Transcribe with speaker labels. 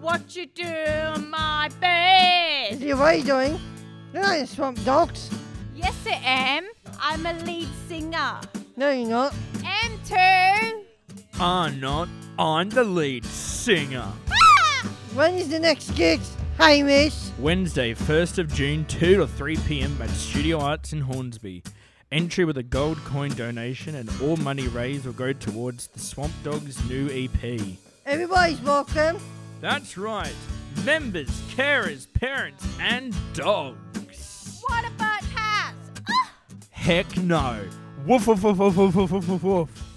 Speaker 1: want you do my best.
Speaker 2: Is it- What are you doing? You're not in Swamp Dogs.
Speaker 1: Yes, I am. I'm a lead singer.
Speaker 2: No, you're not.
Speaker 1: And two.
Speaker 3: I'm not. I'm the lead singer.
Speaker 1: Ah!
Speaker 2: When is the next gig, Hamish?
Speaker 3: Wednesday, 1st of June, 2 to 3 p.m. at Studio Arts in Hornsby. Entry with a gold coin donation, and all money raised will go towards the Swamp Dogs new EP.
Speaker 2: Everybody's welcome.
Speaker 3: That's right, members, carers, parents, and dogs.
Speaker 1: What about cats? Ah!
Speaker 3: Heck no. Woof, woof, woof, woof, woof, woof, woof, woof.